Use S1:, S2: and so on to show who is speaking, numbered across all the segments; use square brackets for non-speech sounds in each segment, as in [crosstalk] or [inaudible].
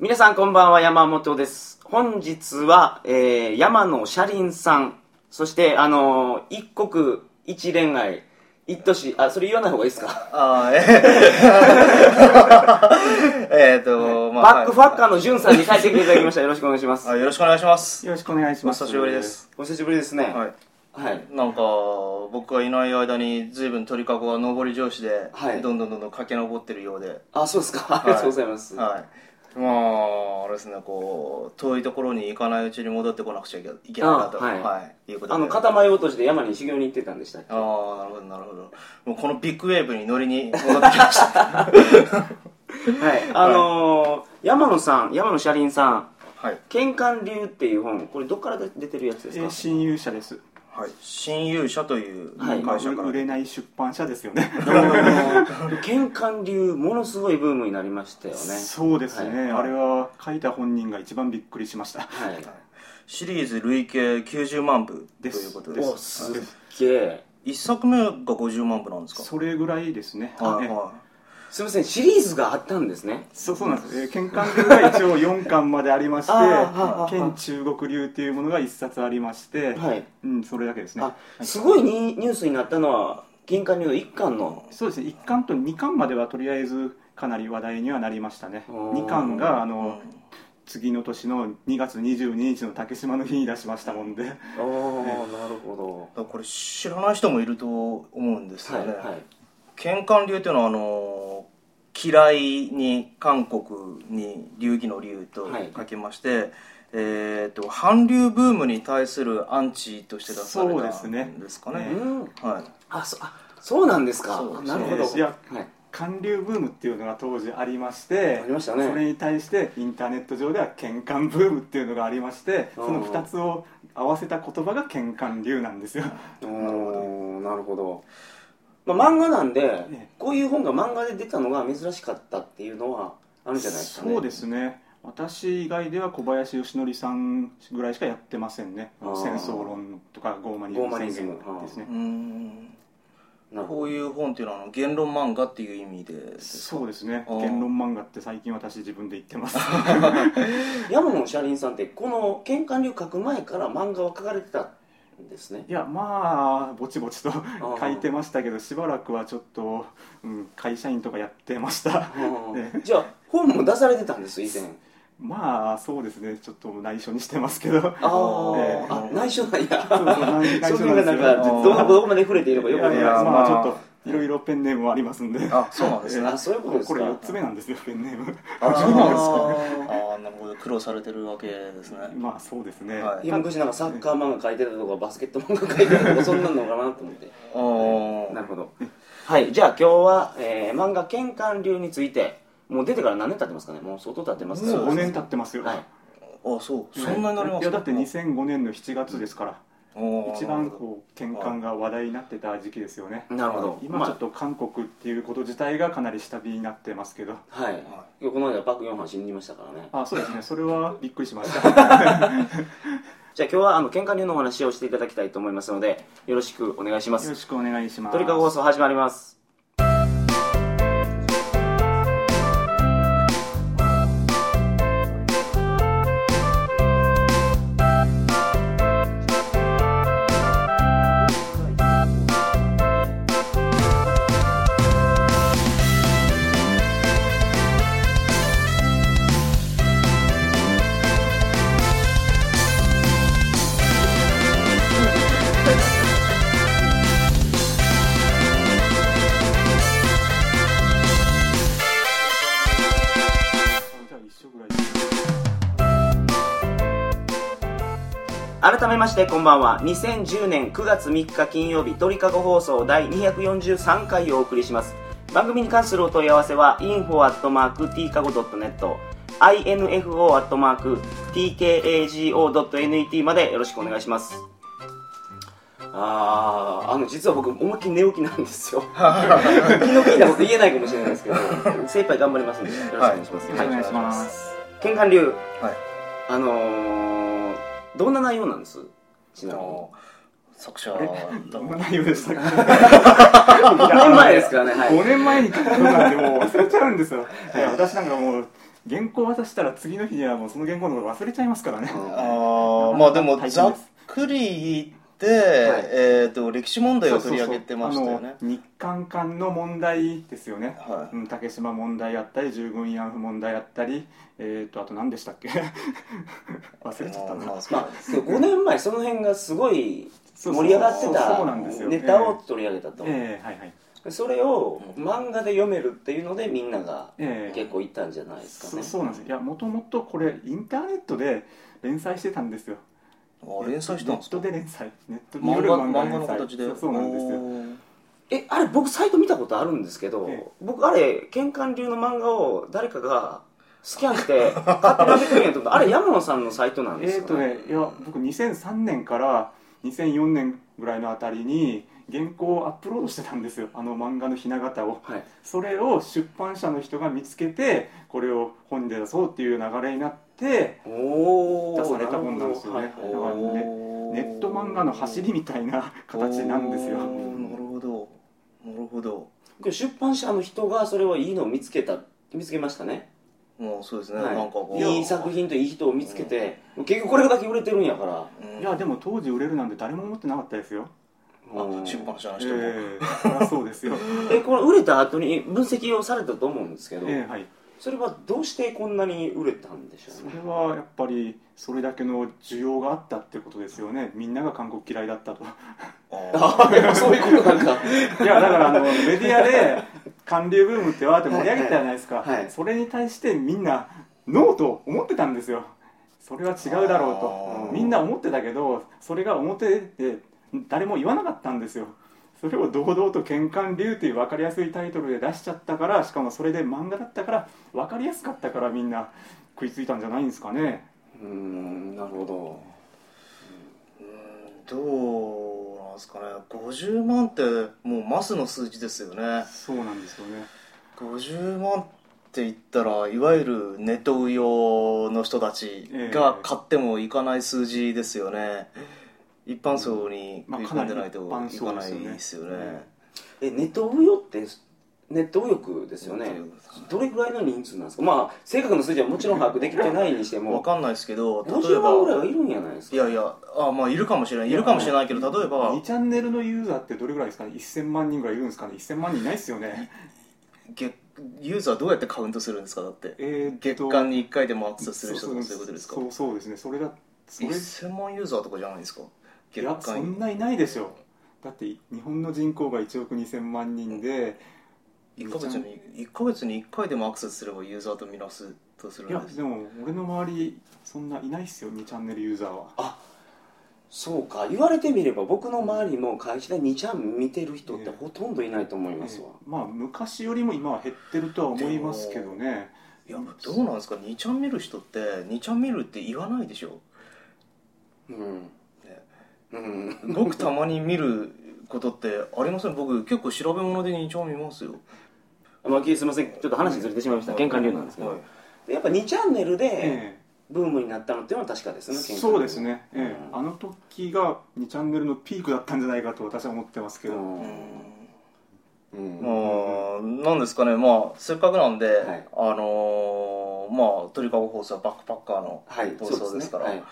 S1: 皆さんこんばんは山本です本日は、えー山野車輪さんそしてあのー一国一恋愛一都市あそれ言わない方がいいですか、
S2: ああ、ええー [laughs] と、まあ、
S1: バックファッカ
S2: ー
S1: ーのじゅんさんに帰ってきていただきましたよろしくお願いします、
S2: あよろしくお願いします。
S3: よろしくお願いし
S2: お
S3: ます。
S2: 久しぶりです。
S1: お久しぶりですね
S2: はい。
S1: はい、
S2: なんか、僕がいない間に、ずいぶん鳥かごは上り調子で、
S1: はい
S2: どんどんどんどん駆け上ってるようで、
S1: あそうですかありがとうございます、
S2: はい。まあ、あれですね、こう、遠いところに行かないうちに戻ってこなくちゃいけいけないなと、
S1: あはい
S2: はい、いうことで。
S1: あの肩前落としで山に修行に行ってたんでしたっけ
S2: ああ、なるほど、なるほど。もうこのビッグウェーブに乗りに戻ってき
S1: [laughs]
S2: ました。
S1: はい、あのー山野さん、山野車輪さん、
S2: はい。
S1: 玄関流っていう本、これどっから出てるやつです
S3: え
S1: か、
S3: ー親友社です。
S2: はい。新勇者という
S1: はい
S2: 会社
S3: まあ
S2: から。
S3: 売れない出版社ですよね。
S1: あの玄関流、ものすごいブームになりましたよね。
S3: [laughs] そうです
S2: は
S3: ね、
S2: い
S3: あれは書いた本人が一番びっくりしました。
S1: はい。
S2: シリーズ累計90万部ということで
S3: です
S1: お、
S2: す
S1: すっげえ。
S2: 一作目が50万部なんですか
S3: それぐらいですね。
S2: はい
S3: え
S2: は
S1: すみません、シリーズがあったんですね。
S3: そうそうなんです。えー、剣館流が一応4巻までありまして
S1: [laughs] あー、
S3: 剣中国流っていうものが1冊ありまして、
S1: はい。
S3: うん、それだけですね。
S1: あ、すごいにニュースになったのは、玄関流の一巻の。
S3: そうですね、1巻と2巻まではとりあえずかなり話題にはなりましたね。
S1: おー
S3: 2巻があ
S2: い
S3: の次の年の2月22日の竹島の日に出しましたもんで。
S1: ああ、なるほ
S2: うんこれ知らない人もいると思うんです
S1: は
S2: よ
S1: い、
S2: ね
S1: はい。
S2: 喧嘩流というのはあの嫌いに韓国に流儀の流と
S1: はい
S2: 書きまして、えっ、と韓流ブームに対するアンチとして出され
S3: そうで
S2: た
S3: すね
S2: んですかね
S3: ね
S1: うん。
S2: はい
S1: あ、そ、あ、そうなんですか。
S2: そう
S1: あなるほ
S3: そうですい
S1: ど。
S3: や
S1: はい。
S3: 韓流ブームっていうのが当時ありまして
S1: ありましたね
S3: それに対してインターネット上では喧嘩ブームっていうのがありましてその2つを合わせた言葉が喧嘩流なんですよ
S1: おーなるほど、まあ、漫画なんで、
S3: ね
S1: こういう本が漫画で出たのが珍しかったっていうのはあるんじゃないですかね
S3: そうですね私以外では小林義則さんぐらいしかやってませんね
S1: あー
S3: 戦争論とかゴーマニズム宣言ですね
S2: うん
S1: なるほ
S2: こういう本っていうのはあの言論漫画っていう意味でですか
S3: そうですね
S2: あー
S3: 言論漫画って最近私自分で言ってます
S1: ど山野車輪さんってこの「喧嘩流」書く前から漫画は書かれてたんですね
S3: [laughs] いやまあぼちぼちと書いてましたけどしばらくはちょっと、うん、会社員とかやってました
S1: うん
S3: ね
S1: じゃあ本も出されてたんです以前
S3: まあそうですねちょっと内緒にしてま
S1: [laughs]
S3: すけど
S1: あ
S2: ええ
S1: ーあ内緒なんや
S3: そうそう内内
S1: そ
S3: 緒
S1: れがなんか
S3: なんです
S2: よ
S1: どこどこまで触れていいのか
S3: い
S1: よくわ
S3: や
S1: か
S3: い
S1: らない
S3: や
S2: あー
S3: まあち
S2: ま
S3: ょ
S2: あ
S3: っといろいろペンネームはありますんで
S2: あそうなんですね
S3: ええ
S1: あ [laughs] そういうことですか
S3: これ4つ目なんですよペンネーム
S2: あ
S1: そうなんですか
S2: あーなるほど苦労されてるわけですね
S3: [laughs] まあそうですね、
S2: はい
S1: いや昔なんかサッカー漫画書いてたとかバスケット漫画書いてたとかそんなのかなと思って
S2: あー
S1: なるほど。はい、じゃあ今日は、えー漫画「剣館流」についてもう出てから何年経ってますかねもう相当経ってますから
S3: もう5年経ってますよ、
S1: はい
S2: あそうそんなになります
S3: いやだって2005年の7月ですから、
S2: あー
S3: 一番こう喧嘩が話題になってた時期ですよね
S1: なるほど
S3: 今ちょっと韓国っていうこと自体がかなり下火になってますけど
S1: まあはい、今日この間パク・ヨンハン死にましたからね
S3: あそうですねそれはびっくりしまし
S1: [laughs]
S3: た
S1: じゃあ今日はあの喧嘩流のお話をしていただきたいと思いますのでよろしくお願いしま
S3: よろ
S1: す
S3: しくお願いします
S1: 鳥かご放送始まります
S3: じゃあ一
S1: [laughs]
S3: 緒ぐらいです
S1: 改めましてこんばんは2010年9月3日金曜日鳥かご放送第243回をお送りします番組に関するお問い合わせは info.tkago.net info.tkago.net までよろしくお願いしますあーあの実は僕思いっきり寝起きなんです [laughs] よ気の利いたこと言えないかもしれないですけど精一杯頑張りますんでよろしくお願いします、
S3: よ
S1: は
S3: ろしくお
S1: い
S3: 願いします、
S1: 玄関流
S2: はい
S1: あのー、どんな内容なんですちなみに
S2: あー作者は
S3: どんな内容で [laughs] したか
S1: 5年前ですからね、はい。
S3: 5年前に書くなんてもう忘れちゃうんですよ、いや私なんかもう原稿渡したら次の日にはもうその原稿のこと忘れちゃいますからね、
S1: うん
S2: ああまあでも
S3: 大変です
S2: ざっくり言って、
S1: い
S2: えっ、と歴史問題
S3: そ
S2: を
S3: うそう
S2: 取
S3: そう
S2: り上げてましたよね
S3: あの日韓間の問題ですよね、
S2: はい
S3: うん、竹島問題あったり従軍慰安婦問題あったりえっ、とあと何でしたっけ [laughs] 忘れちゃった
S2: あの
S3: な
S2: まあそう
S1: まあ、5年前その辺がすごい
S3: そうそう
S1: 盛り上がって
S3: そうなんです
S1: た
S3: よ
S1: ネタを取り上げたと、
S3: ええはいはい
S1: それを
S2: う
S1: 漫画で読めるっていうのでみんなが
S3: ええ
S1: 結構いったんじゃないですか
S3: そ
S1: ね
S3: うそうなんですよいやもともとこれインターネットで連載してたんですよ
S2: あ連載してたんですか
S3: ネットで連載ネットによ
S2: 漫
S3: る
S2: 画
S3: 漫画
S2: 漫画
S3: 連
S2: の
S3: 載
S2: 形で
S3: そうそうなんですよ
S2: おー
S1: えあれ僕サイト見たことあるんですけど、
S3: ええ
S1: 僕あれケンカン流の漫画を誰かがスキャンして買って投げてるんやと思ったあれ山野さんのサイトなんで
S3: え
S1: す
S3: ーと
S1: か、ね
S3: ね、いや僕2003年から2004年ぐらいのあたりに原稿をアップロードしてたんですよあの漫画のひな形を
S1: はい
S3: それを出版社の人が見つけてこれを本で出そうっていう流れになって
S1: おお
S3: 出された本なんですよねだからねネット漫画の走りみたいな形なんですよ
S2: おーなるほどなるほど
S1: 出版社の人がそれはいいのを見つけた見つけましたね、
S2: もうそうですね、なんかこ
S1: は
S2: う
S1: い、いい作品といい人を見つけて、結局これだけ売れてるんやから、
S2: うん
S3: いやでも当時売れるなんて誰も思ってなかったですよ
S1: うん
S2: あ出版社の
S3: え
S2: 人も、
S3: えそりゃそう
S2: [laughs]
S3: ですよ
S1: えこれ売れた後に分析をされたと思うんですけど、
S3: ええはい
S1: それはどうしてこんなに売れたんでしょ
S3: そう
S1: ね
S3: れはやっぱりそれだけの需要があったってことですよねみんなが韓国嫌いだったと [laughs]
S2: あ
S1: ああやっぱそういうことなん
S2: [laughs]
S1: か
S3: いやだからあのメディアで韓流ブームってわーって盛り上げたじゃないですか、
S1: はいはい
S3: それに対してみんなノーと思ってたんですよそれは違うだろうと
S1: あー
S3: みんな思ってたけどそれが表で誰も言わなかったんですよそれを堂々と「喧嘩流」という分かりやすいタイトルで出しちゃったからしかもそれで漫画だったから分かりやすかったからみんな食いついたんじゃないんですかね
S1: うーんなるほど
S2: うんどうなんですかね50万ってもうマスの数字ですよね
S3: そうなんですよね
S2: 50万って言ったらいわゆるネット用の人たちが買ってもいかない数字ですよね、一般層に
S3: まあ
S2: 食い込んでないといかないですよね、
S1: えネットウヨってネット右翼ですよ
S2: ネ
S1: ね
S2: ット右翼
S1: どれぐらいの人数なんですかまあ正確な数字はもちろん把握できてないにして
S2: わ
S1: も
S2: かんないですけど例え
S1: 50万ぐらいは
S2: ば
S1: いるんじゃないです
S2: い
S1: か
S2: やいやあまあいるかもしれないいるかもしれないけど例えば
S3: 2チャンネルのユーザーってどれぐらいですかね1000万人ぐらいいるんですかね1000万人いないです
S2: [laughs]
S3: よね
S2: 月ユーザーどうやってカウントするんですかだって
S3: えーっ
S2: 月
S3: と
S2: 間に1回でもアクセスする人とかそういうことですか
S3: そうそうですねそれだそれ
S2: 1000万ユーザーとかじゃないですか
S3: いや
S2: 月
S3: そ
S2: 間
S3: んないないでしょうだって日本の人口が1億2000万人で
S2: 1ヶ月に1ヶ月に1回でもアクセスすればユーザーと見なすとする
S3: いや
S2: んです
S3: でも俺の周りそんないないっすよ2チャンネルユーザーは
S1: そうか言われてみれば僕の周りも会社で2ちゃん見てる人ってほとんどいないと思いますわ、
S3: まあ昔よりも今は減ってるとは思いますけどね
S2: いやどうなんですか2ちゃん見る人って2ちゃん見るって言わないでしょ
S1: うん
S2: ね
S1: うん
S2: ごくたまに見ることってありません僕結構調べ物で2ちゃん見ますよ
S1: まあ、すいませんちょっと話ずれてしまいました玄関流なんですけど、
S2: はい
S1: でやっぱ2チャンネルで
S3: ええ
S1: ブームになったのっていうのは確かですね喧嘩流
S3: そうですね、ええ
S1: うん
S3: あの時が2チャンネルのピークだったんじゃないかと私は思ってますけ
S1: う
S3: ど、
S1: んうん
S2: まあなんですかねまあせっかくなんで、
S1: はい
S2: あのーまあ鳥かご放送はバックパッカーの
S1: はい
S2: 放送ですから、
S1: そうね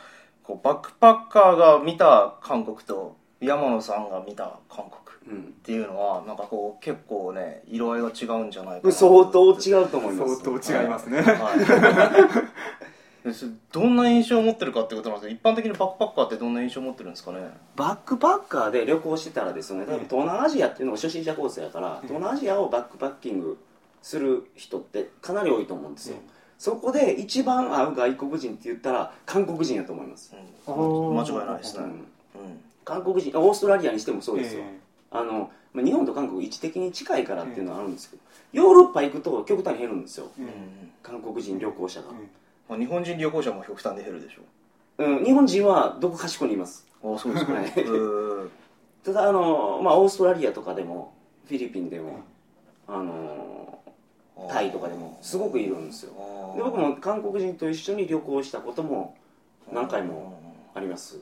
S2: こうバックパッカーが見た韓国と山野さんが見た韓国
S1: はいうん
S2: っていうのはなんかこう結構ね色合いが違うんじゃないか
S1: 相
S2: な
S1: 当違うと思います
S3: 相当違いますね、
S2: はい、ですどんな印象を持ってるかってことなんですけど一般的にバックパッカーってどんな印象を持ってるんですかね
S1: バックパッカーで旅行してたらですね多分
S3: ええ
S1: 東南アジアっていうのが初心者コースやから東南アジアをバックパッキングする人ってかなり多いと思うんですよ
S3: ええ
S1: そこで一番会う外国人って言ったら韓国人やと思います、
S2: う
S3: お
S2: ん、間
S3: ー
S2: 違いないです
S1: う
S2: ね、
S1: ん
S2: うん
S1: 韓国人オーストラリアにしてもそうですよ、
S3: え
S1: あのまあ日本と韓国位置的に近いからっていうのはあるんですけど、ヨーロッパ行くと極端に減るんですよ
S3: ええ
S2: う
S3: え
S2: ん
S1: 韓国人旅行者が、
S3: え
S2: まあ、日本人旅行者も極端に減るでしょ
S1: うん、日本人はどこかしこにいます
S2: うあそうですか
S1: はい
S2: ねうん
S1: ただあの、まあ、オーストラリアとかでもフィリピンでも、あのタイとかでもすごくいるんですよで僕も韓国人と一緒に旅行したことも何回もあります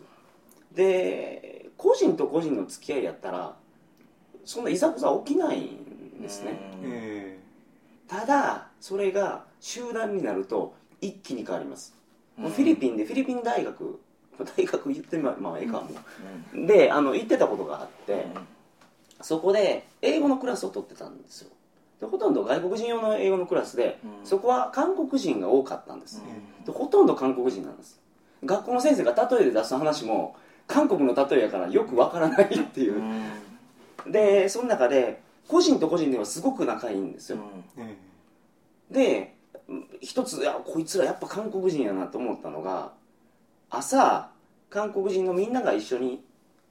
S1: で個人と個人の付き合いやったらそんないざこざ起きないんですね
S2: うん
S3: え
S1: ただそれが集団になると一気に変わります、もうフィリピンでフィリピン大学大学言ってままあええかもうであの行ってたことがあって、そこで英語のクラスを取ってたんですよでほとんど外国人用の英語のクラスで、
S2: うん
S1: そこは韓国人が多かったんです、でほとんど韓国人なんです学校の先生が例えで出す話も韓国の例えやからよくわからないっていう、でその中で個人と個人ではすごく仲いいんですよ、
S3: え
S1: でうん一ついやこいつらやっぱ韓国人やなと思ったのが朝韓国人のみんなが一緒に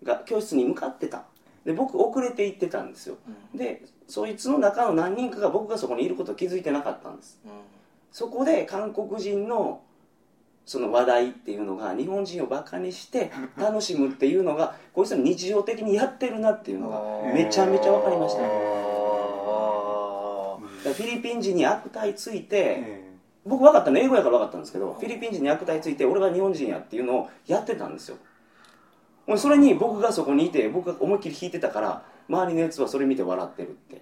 S1: が教室に向かってたで僕遅れて行ってたんですよでそいつの中の何人かが僕がそこにいることを気づいてなかったんですそこで韓国人のその話題っていうのが日本人をバカにして楽しむっていうのがこいつら日常的にやってるなっていうのがめちゃめちゃ分かりました
S3: え
S1: だからフィリピン人に悪態ついて、
S3: え
S1: 僕分かったの英語やから分かったんですけどフィリピン人に悪態ついて俺が日本人やっていうのをやってたんですよもうそれに僕がそこにいて僕が思いっきり弾いてたから周りのやつはそれ見て笑ってるって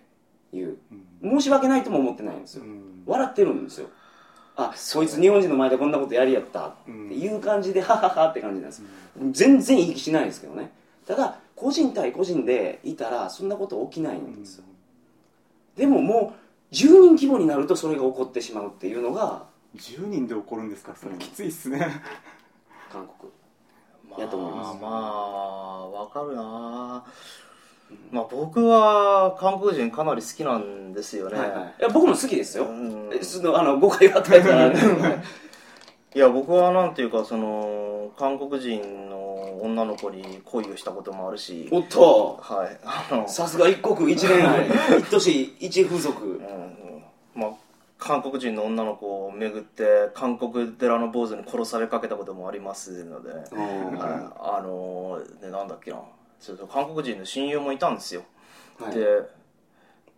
S1: いう
S3: え
S1: 申し訳ないとも思ってないんです
S3: う
S1: よ
S3: ん
S1: 笑ってるんですよあそいつ日本人の前でこんなことやりやったっていう感じでハハハって感じなんです全然いい気しないですけどねただ個人対個人でいたらそんなこと起きないんですよでももう10人規模になるとそれが起こってしまうっていうのが
S3: 10人で怒るんですかそれきついっすね
S1: 韓国や
S2: やと
S1: と
S2: 思
S1: 思い
S2: いま
S1: ますす
S2: まあわかるなまあ僕は韓国人かなり好きなんですよね、
S1: はいはい、いや僕も好きですよ、
S2: うん
S1: えそのあの誤解は与えたらあれですけどね
S2: いや僕はなんていうかその韓国人の女の子に恋をしたこともあるし
S1: おっと
S2: はいあの
S1: さすが一国一恋愛一都市一風俗
S2: うんまあ韓国人の女の子を巡って韓国寺の坊主に殺されかけたこともありますので、
S1: うん
S2: はい
S1: は
S2: あのねなんだっけなちょっと韓国人の親友もいたんですよ、
S1: い
S2: で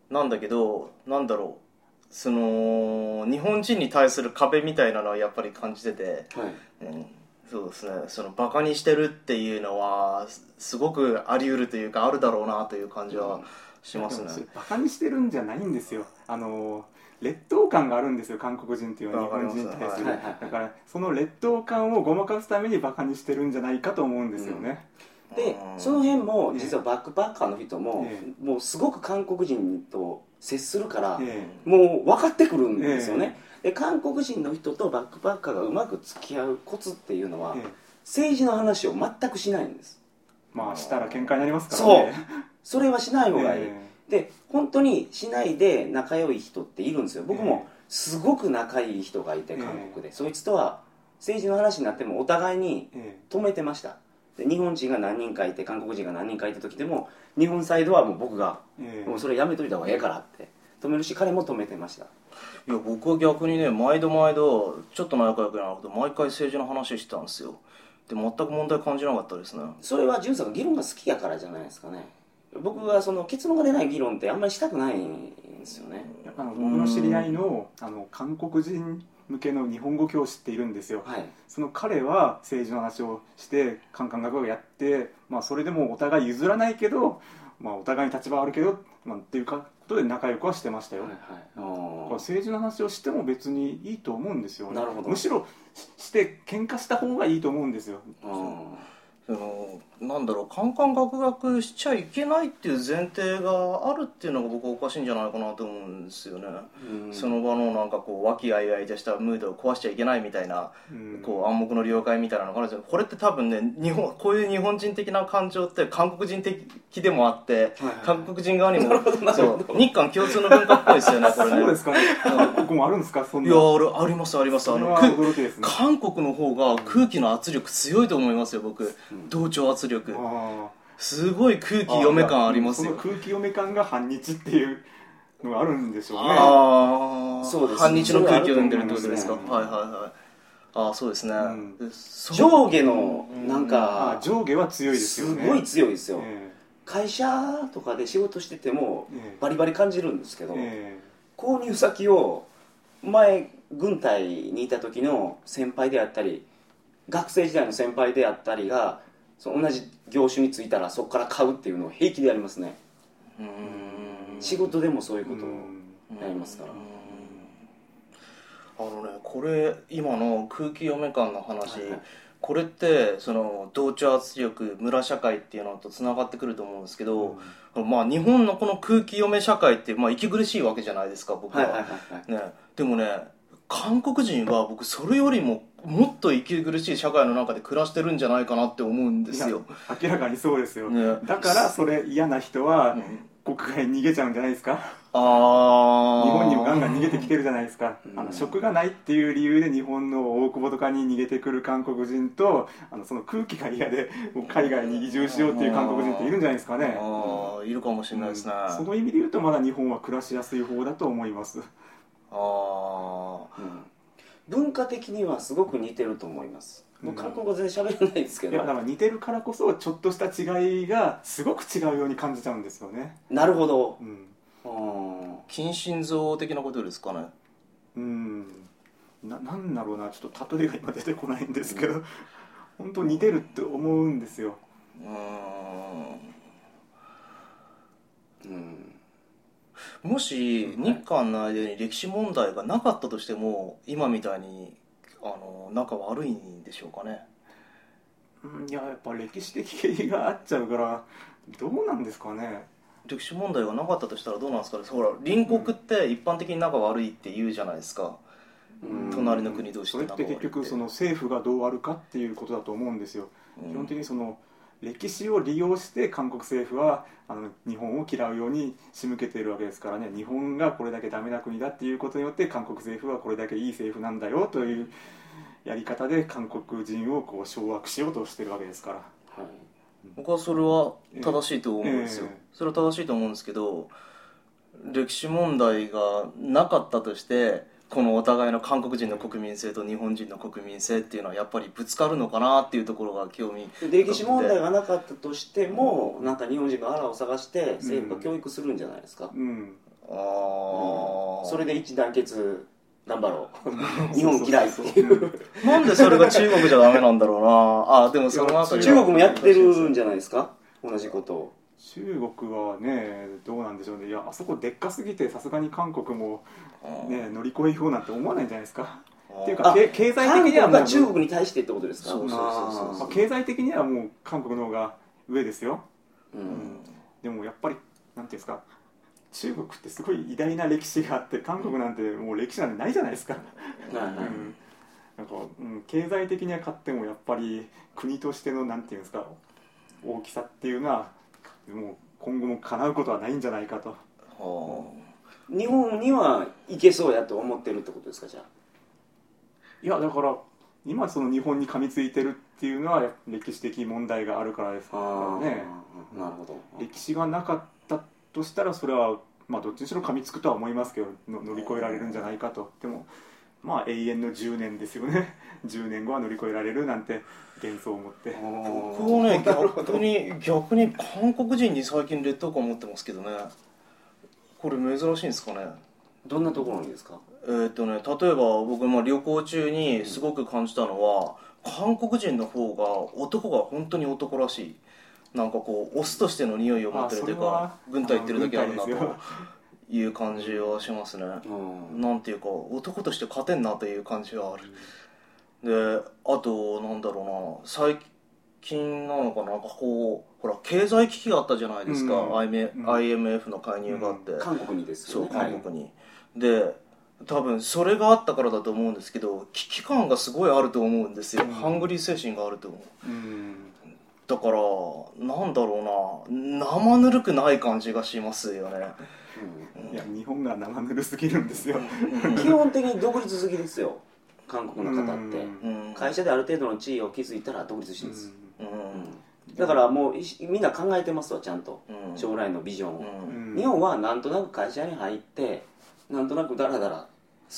S2: なんだけどなんだろうその日本人に対する壁みたいなのはやっぱり感じてて、
S1: はい
S2: うん、そうですねそのバカにしてるっていうのはすすごくあり得るというかあるだろうなという感じはしますね、
S3: バカにしてるんじゃないんですよあの劣等感があるんですよ韓国人っていうのは日本人に対する、
S1: わかります
S3: だからその劣等感をごまかすためにバカにしてるんじゃないかと思うんですよね、
S1: で
S2: うん
S1: その辺も実はバックパッカーの人も、
S3: え
S1: もうすごく韓国人と接するから、
S3: え
S1: もう分かってくるんですよね、で韓国人の人とバックパッカーがうまく付き合うコツっていうのは、
S3: えええ
S1: 政治の話を全くしないんです
S3: まあしたら喧嘩になりますからね
S1: それはしない方がいい、
S3: え
S1: で本当に市内で仲良い人っているんですよ僕も
S3: え
S1: すごく仲いい人がいて
S3: ええ
S1: 韓国で、そいつとは政治の話になってもお互いに
S3: ええ
S1: 止めてましたで日本人が何人かいて韓国人が何人かいた時でも日本サイドはもう僕が
S3: えええ
S1: もうそれやめといた方がええからって止めるし彼も止めてました
S2: いや僕は逆にね毎度毎度ちょっと仲良くなること毎回政治の話してたんですよで全く問題感じなかったですね
S1: それは潤さんが議論が好きやからじゃないですかね僕はその結論が出ない議論ってあんまりしたくないんですよね
S3: あの僕の知り合いのあの韓国人向けの日本語教師っているんですよ、
S1: はい
S3: その彼は政治の話をしてカンカンガクガクやって、まあ、それでもお互い譲らないけど、まあ、お互いに立場はあるけど、まあ、っていうかことで仲良くはしてましたよ、
S1: はい
S3: だか
S1: はいあ
S3: ら
S1: ー
S3: 政治の話をしても別にいいと思うんですよね
S1: なるほど
S3: むしろしして喧嘩した方がいいと思うんですよ
S1: あー
S2: そのなんだろうカンカンガクガクしちゃいけないっていう前提があるっていうのが僕はおかしいんじゃないかなと思うんですよね、
S1: うん
S2: その場のなんかこう和気あいあいとしたムードを壊しちゃいけないみたいな、
S3: うん
S2: こう暗黙の了解みたいなのがあるんですよこれって多分ね日本こういう日本人的な感情って韓国人的でもあって
S1: はいはい
S2: 韓国人側に
S1: [laughs]
S2: も
S1: なるほどなるほど
S2: そう日韓共通の文化っぽいですよねこれね
S3: そうですかね僕もあるんですかそん
S2: い
S3: な
S2: や俺ありますありますあ
S3: それ
S2: の
S3: は
S2: く
S3: 驚きですね
S2: 韓国の方が空気の圧力強いと思いますよ僕同調圧力
S3: あ
S2: すごい空気
S3: ー
S2: 読め感あります
S3: そ
S2: よ
S3: の空気読め感が反日っていうのがあるんでしょうね
S2: ああ
S1: そうです
S2: 反日の空気を読んでるってこと
S1: それは
S2: ですか
S1: ある
S2: はいはいはいああそうですね、
S3: うん
S2: でそう
S1: 上下のなん
S3: あ
S1: か
S3: ー上下は強いですよ
S1: す
S3: ね
S1: ごい強いですよ
S3: え
S1: 会社とかで仕事してても
S3: えええ
S1: バリバリ感じるんですけど
S3: え
S1: 購入先を前軍隊にいた時の先輩であったり学生時代の先輩であったりがその同じ業種に就いたらそこから買うっていうのを平気でやりますね
S2: うーん
S1: 仕事でもそういう
S3: えう
S1: ことを
S3: ん
S1: やりますから
S2: うーんあのねこれ今の空気読め感の話、
S1: はいはい
S2: これってその同調圧力村社会っていうのとつながってくると思うんですけど、まあ、日本のこの空気読め社会って、まあ、息苦しいわけじゃないですか僕
S1: は
S2: は,、
S1: いはいはいはい
S2: ね、でもね韓国人は僕それよりももっと息苦しい社会の中で暮らしてるんじゃないかなって思うんですよ、
S3: 明らかにそうですよ、
S2: ね、
S3: だからそれ嫌な人は国外に逃げちゃうんじゃないですか
S2: ああ
S3: 日本にもガンガン逃げてきてるじゃないですか、
S1: うん
S3: あの職がないっていう理由で日本の大久保とかに逃げてくる韓国人とあのその空気が嫌でもう海外に移住しようっていう韓国人っているんじゃないですかね、
S2: ああいるかもしれないですね、
S3: うんその意味で言うとまだ日本は暮らしやすい方だと思います
S2: あ
S1: うん文化的にはすごく似てると思います僕韓国語全然喋れないですけ
S3: いやだか
S1: ど
S3: ら似てるからこそちょっとした違いがすごく違うように感じちゃうんですよね
S1: なるほど
S3: うん、
S1: うん
S2: あ近親像的なことですかね
S3: うん、ななんだろうなちょっと例えが今出てこないんですけど本当似てるって思うんですよ
S2: うーん
S1: うん
S2: もし日韓の間に歴史問題がなかったとしても今みたいにあの仲悪いんでしょうかね
S3: うんいややっぱ歴史的経緯があっちゃうからどうなんですかね
S2: 歴史問題がなかったとしたらどうなんですかねほら隣国って一般的に仲悪いって言うじゃないですか、
S1: うん
S2: 隣の国同士
S3: それ
S2: で
S3: っ
S2: 仲
S3: て
S2: 悪い
S3: 結局その政府がどうあるかっていうことだと思うんですよ、
S2: うん
S3: 基本的にその歴史を利用して韓国政府はあの日本を嫌うように仕向けているわけですからね日本がこれだけダメな国だっていうことによって韓国政府はこれだけいい政府なんだよというやり方で韓国人をこう掌握しようとしてるわけですから
S1: はい
S2: 僕はそれは正しいと思うんですよ、
S3: ええ
S2: それは正しいと思うんですけど歴史問題がなかったとしてこのお互いの韓国人の国民性と日本人の国民性っていうのはやっぱりぶつかるのかなっていうところが興味
S1: で歴史問題がなかったとしてもなんか日本人が腹を探して政府が教育するんじゃないですか、
S3: うん
S2: あ
S1: うん
S2: あ
S1: それで一致団結頑張ろう
S3: ん
S1: 日本嫌いっていう
S3: そう
S2: なんでそれが中国じゃダメなんだろうなあでもその辺り
S1: 中
S2: は
S1: 国もやってるんじゃないですか同じことを
S3: 中国はねどうなんでしょうねいやあそこでっかすぎてさすがに韓国も、ね、乗り越えようなんて思わないんじゃないですか
S2: あー
S3: っていうか
S1: あ
S3: け経済
S1: 韓
S3: 的
S1: 国
S3: にはも
S1: が
S3: う
S1: 中国に対してってことですか
S2: そうそうそうそ
S3: まあ
S2: う
S3: 経済的にはもう韓国の方が上ですよ
S1: ううん
S3: でもやっぱりなんていうんですか中国ってすごい偉大な歴史があって韓国なんてもう歴史なんてないじゃないですか、
S1: は
S3: う
S1: いはい
S3: ん、なんか、うん、経済的には勝ってもやっぱり国としてのなんていうんですか大きさっていうのはもう今後も叶うことはないんじゃないかと
S2: は
S1: 日本にはいけそうやと思ってるってことですかじゃあ
S3: いやだから今その日本に噛みついてるっていうのは歴史的問題があるからですからね
S1: あーなるほど
S3: 歴史がなかったとしたらそれはまあどっちにしろ噛みつくとは思いますけどの乗り越えられるんじゃないかとでもまあ永遠の10年ですよね [laughs] 10年後は乗り越えられるなんて幻想を持って
S2: あ僕 [laughs] は
S1: [laughs]
S2: ね
S1: なるほ
S2: 逆に逆に韓国人に最近劣等感持ってますけどねこれ珍しいんですかね
S1: どんなところにですか
S2: えーっとね例えば僕まあ旅行中にすごく感じたのは韓国人の方が男が本当に男らしいなんかこうオスとしての匂いを持ってるというか軍隊行ってるだけあるな
S3: あの
S2: と
S3: 軍隊ですよ
S2: いう感じはしますね
S1: うん
S2: なんていうか男として勝てんなという感じはあるであとなんだろうな最近なのかななんかこうほら経済危機があったじゃないですか、
S3: うん
S2: IMF
S3: うん
S2: IMF の介入があって、
S1: 韓国にです
S2: そ
S1: よ
S2: う
S1: ね
S2: 韓国に、で多分それがあったからだと思うんですけど危機感がすごいあると思うんですよ、
S3: うん
S2: ハングリー精神があると思う
S3: うん
S2: だからなんだろうな生ぬるくない感じがしますよね
S1: う
S3: いや日本が生ぬるすぎるんですよ
S1: ん基本的に独立好きですよ韓国の方っ
S3: う
S1: て
S3: ん
S2: うん
S1: 会社である程度の地位を築いたら独立し
S3: う
S1: ます、
S2: うん
S1: うんだからもういみんな考えてますわちゃんと
S2: うん
S1: 将来のビジョンを、
S2: うん
S3: ん
S1: 日本はなんとなく会社に入ってなんとなくダラダラ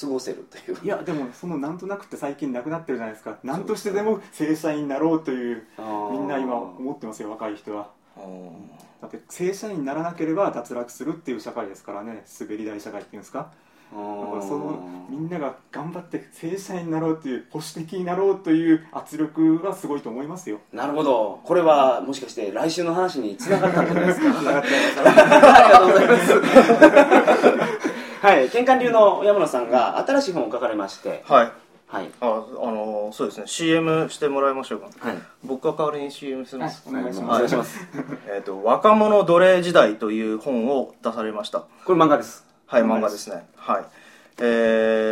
S1: 過ごせるという
S3: いやでもそのなんとなくって最近なくなってるじゃないですかなんとしてでも正社員になろうというみ
S1: み
S3: んな今思ってますよ若い人は
S2: うん
S3: だって正社員にならなければ脱落するっていう社会ですからね滑り台社会っていうんですかだからそのみ
S1: な、
S3: んなが頑張って正社員になろうという保守的になろうという圧力はすごいと思い [laughs] ますよ。
S1: なるほど、これはもしかして来週の話に繋がったんじゃ
S3: [laughs]
S1: ないですか。
S3: 繋がっちゃいます
S1: ありがとうございます。 [laughs] はい、玄関流の山野さんが新しい本を書かれまして、
S2: はい
S1: はい、
S2: ああのそうですね CM してもらいましょうか
S1: はい、
S2: 僕が代わりに CM します
S3: お願いし
S1: お
S3: ま
S1: 願いし
S3: す。
S1: ます。
S2: えー、と若者奴隷時代という本を出されました
S1: これ漫画です。
S2: はい
S3: 漫
S2: 漫
S3: 画
S2: 画
S3: で
S2: ですすねはいえ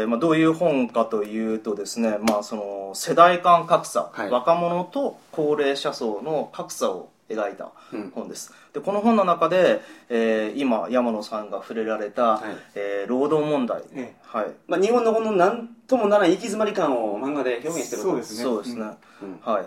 S2: ーまあ、どういう本かというとですね、まあ、その世代間格差、
S1: はい
S2: 若者と高齢者層の格差を描いた
S1: うん、
S2: 本ですでこの本の中で、えー今山野さんが触れられた、
S1: はい
S2: えー労働問題、
S3: え
S2: はい
S1: まあ日本のこのなんともならん行き詰まり感を漫画で表現してると
S3: そうですね
S2: そうですね、
S1: うん
S2: はい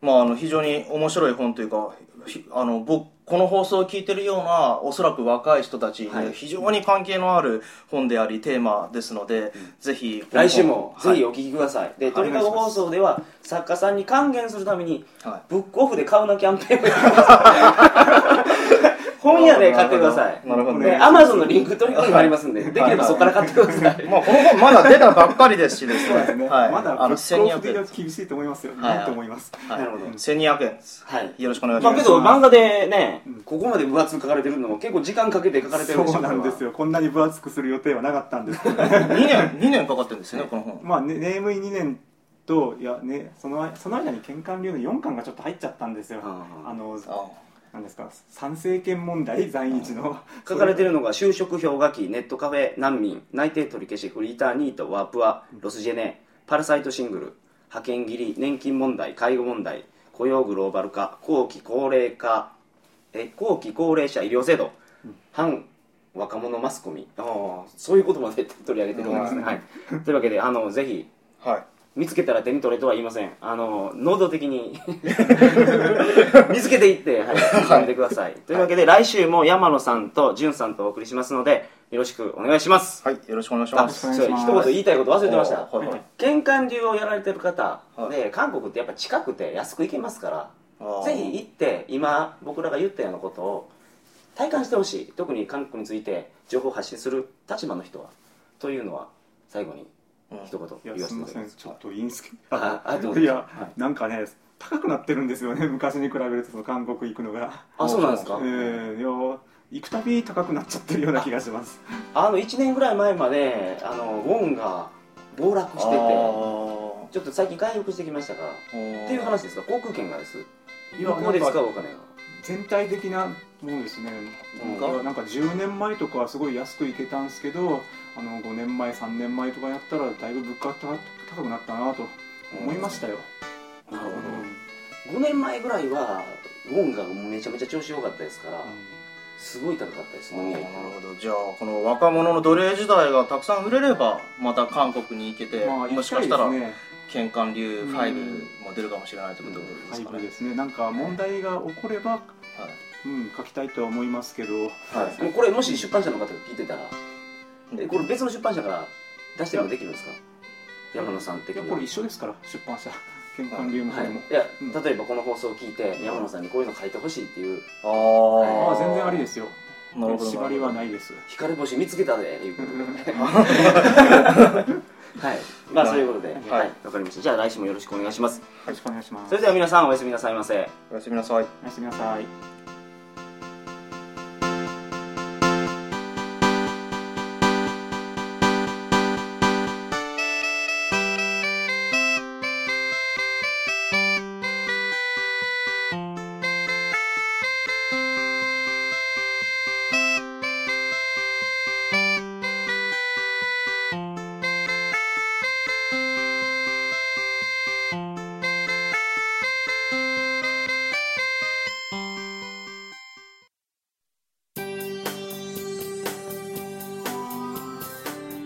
S2: まああの非常に面白い本というかひあの僕この放送を聞いてるようなおそらく若い人たち
S1: はい
S2: に非常に関係のある本でありテーマですので、ぜひこの本
S1: 来週も
S2: は
S1: ぜ
S2: い
S1: ひお聞きください。で、
S3: い
S1: 鳥かご放送では作家さんに還元するために、
S2: は
S1: ブックオフで買うなキャンペーンをやってます。 [laughs] 本屋で買ってください。
S2: なるほど
S1: で、
S2: ね
S1: アマゾンのリンク取り込みもありますんで、できればそこから買ってください。
S2: まあ、この本まだ出たばっかりですしです
S3: そうですね。
S2: ね、はい、
S3: まだ
S2: あ
S3: ブ
S2: の
S3: ックオ
S2: 1200
S3: フ的
S2: 円
S3: は
S2: です、
S3: 厳しいと思いますよ。
S2: はい
S3: いいと思います。
S2: はい、
S1: なるほど
S2: 1200円です、
S1: はい。
S2: よろしくお願いし
S1: ま
S2: ま
S1: あ
S2: す、
S1: けど漫画でね、ここまで分厚く書かれてるのも結構時間かけて書かれてるし
S3: そうなんですよ。こんなに分厚くする予定はなかったんですけど、 [laughs] ね、
S2: 2年2年かかってるんですよねこの本
S3: まあ、ね、ネームイ2年といやねそのその間に玄関流の4巻がちょっと入っちゃったんですよ。
S1: あ
S3: あの
S2: あ
S3: なんですか参政権問題在日の
S1: 書かれてるのが就職氷河期ネットカフェ難民内定取り消しフリーターニートワープアロスジェネパラサイトシングル派遣切り年金問題介護問題雇用グローバル化後期高齢化え後期高齢者医療制度反若者マスコミあーそういうことまで取り上げてるんですね、はい、というわけであのぜひ
S2: はい
S1: 見つけたら手に取れとは言いませんあの喉的
S3: [laughs]
S1: に見つけていって、はい、進んでください、というわけで来週も山野さんとんさんとお送りしますのでよろしくお願いします
S2: はいよろしくお願いし
S1: あ
S2: ま
S3: ろしく
S2: す
S3: お願い
S1: そう
S3: します
S1: 一言言いたいこと忘れてまし
S2: あ
S1: た
S2: はいはい
S1: 玄関流をやられてる方
S2: はい
S1: で韓国ってやっぱ近くて安く行けますか
S2: あ
S1: ら
S2: ー
S1: ぜひ行って今僕らが言ったようなことを体感してほしい特に韓国について情報発信する立場の人はというのは最後に一言
S3: い
S1: 言わ
S3: や
S1: せ
S3: すみ
S1: てくだ
S3: ませ
S1: さい
S3: んちょっといいんですけど
S1: あ
S3: [laughs]
S1: あどうぞ
S3: いや、
S1: は
S3: なんかね高くなってるんですよね [laughs] 昔に比べるとその韓国行くのが
S1: あそうなんです
S3: え
S1: か
S3: ー、いや行くたび高くなっちゃってるような気が
S1: [laughs]
S3: します
S1: あの1年ぐらい前まであのウォンが暴落してて
S2: あ
S1: ちょっと最近回復してきましたからっ
S2: ー
S1: ていう話ですか航空券がです
S3: いや
S1: ここで使
S3: なん
S1: う
S3: か
S1: お金が
S3: 全体的なものですね、
S1: うん
S3: なんかなんか10年前とかはすごい安く行けたんですけどあの5年前3年前とかやったらだいぶ物価高高くなったなと思いましたよ、
S1: なるほ
S3: うん
S1: ど5年前ぐらいはウォンがめちゃめちゃ調子良かったですからすごい高かったです
S2: な
S1: 飲み
S2: る
S1: 屋行ったの
S2: ほどじゃあこの若者の奴隷時代がたくさん売れればまた韓国に行けて、
S3: まあ、
S2: もしかしたら
S3: 行きいですね
S2: 玄関流
S3: うん
S2: 5も出るかもしれないということですか
S3: はい、
S2: ね、
S3: ですね。なんか問題が起これば、
S2: は
S3: うん、書きたいとは思いますけど、
S2: い、はい
S1: もうこれもし出版社の方が聞いてたら
S2: うん
S1: えこれ別の出版社から出してもできるんですか山野さん的
S3: いや
S1: に
S3: こ
S1: は
S3: れ一緒ですから出版社、玄関流の方
S1: はい
S3: にも。
S1: いや
S3: うん
S1: 例えばこの放送を聞いて山野さんにこういうの書いてほしいっていう
S2: あ
S3: あ
S2: ー
S3: あ全然ありですよ。
S2: なるほど
S3: 縛りはないです。
S1: 光星見つけたでいうことではいまあそういうことで
S2: い
S1: はいわかりましたじゃあ来週もよろしくお願いします
S3: よろしくお願いします。
S1: それでは皆さんおやすみなさいませ
S2: [laughs] おやすみなさい
S3: おやすみなさい。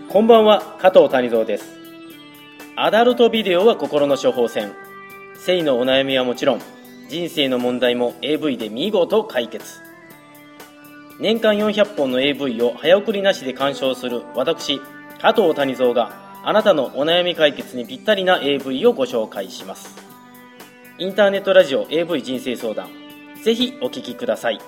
S4: こんばんは加藤谷蔵ですアダルトビデオは心の処方箋性のお悩みはもちろん人生の問題も AV で見事解決年間400本の AV を早送りなしで鑑賞する私加藤谷蔵があなたのお悩み解決にぴったりな AV をご紹介しますインターネットラジオ AV 人生相談ぜひお聞きください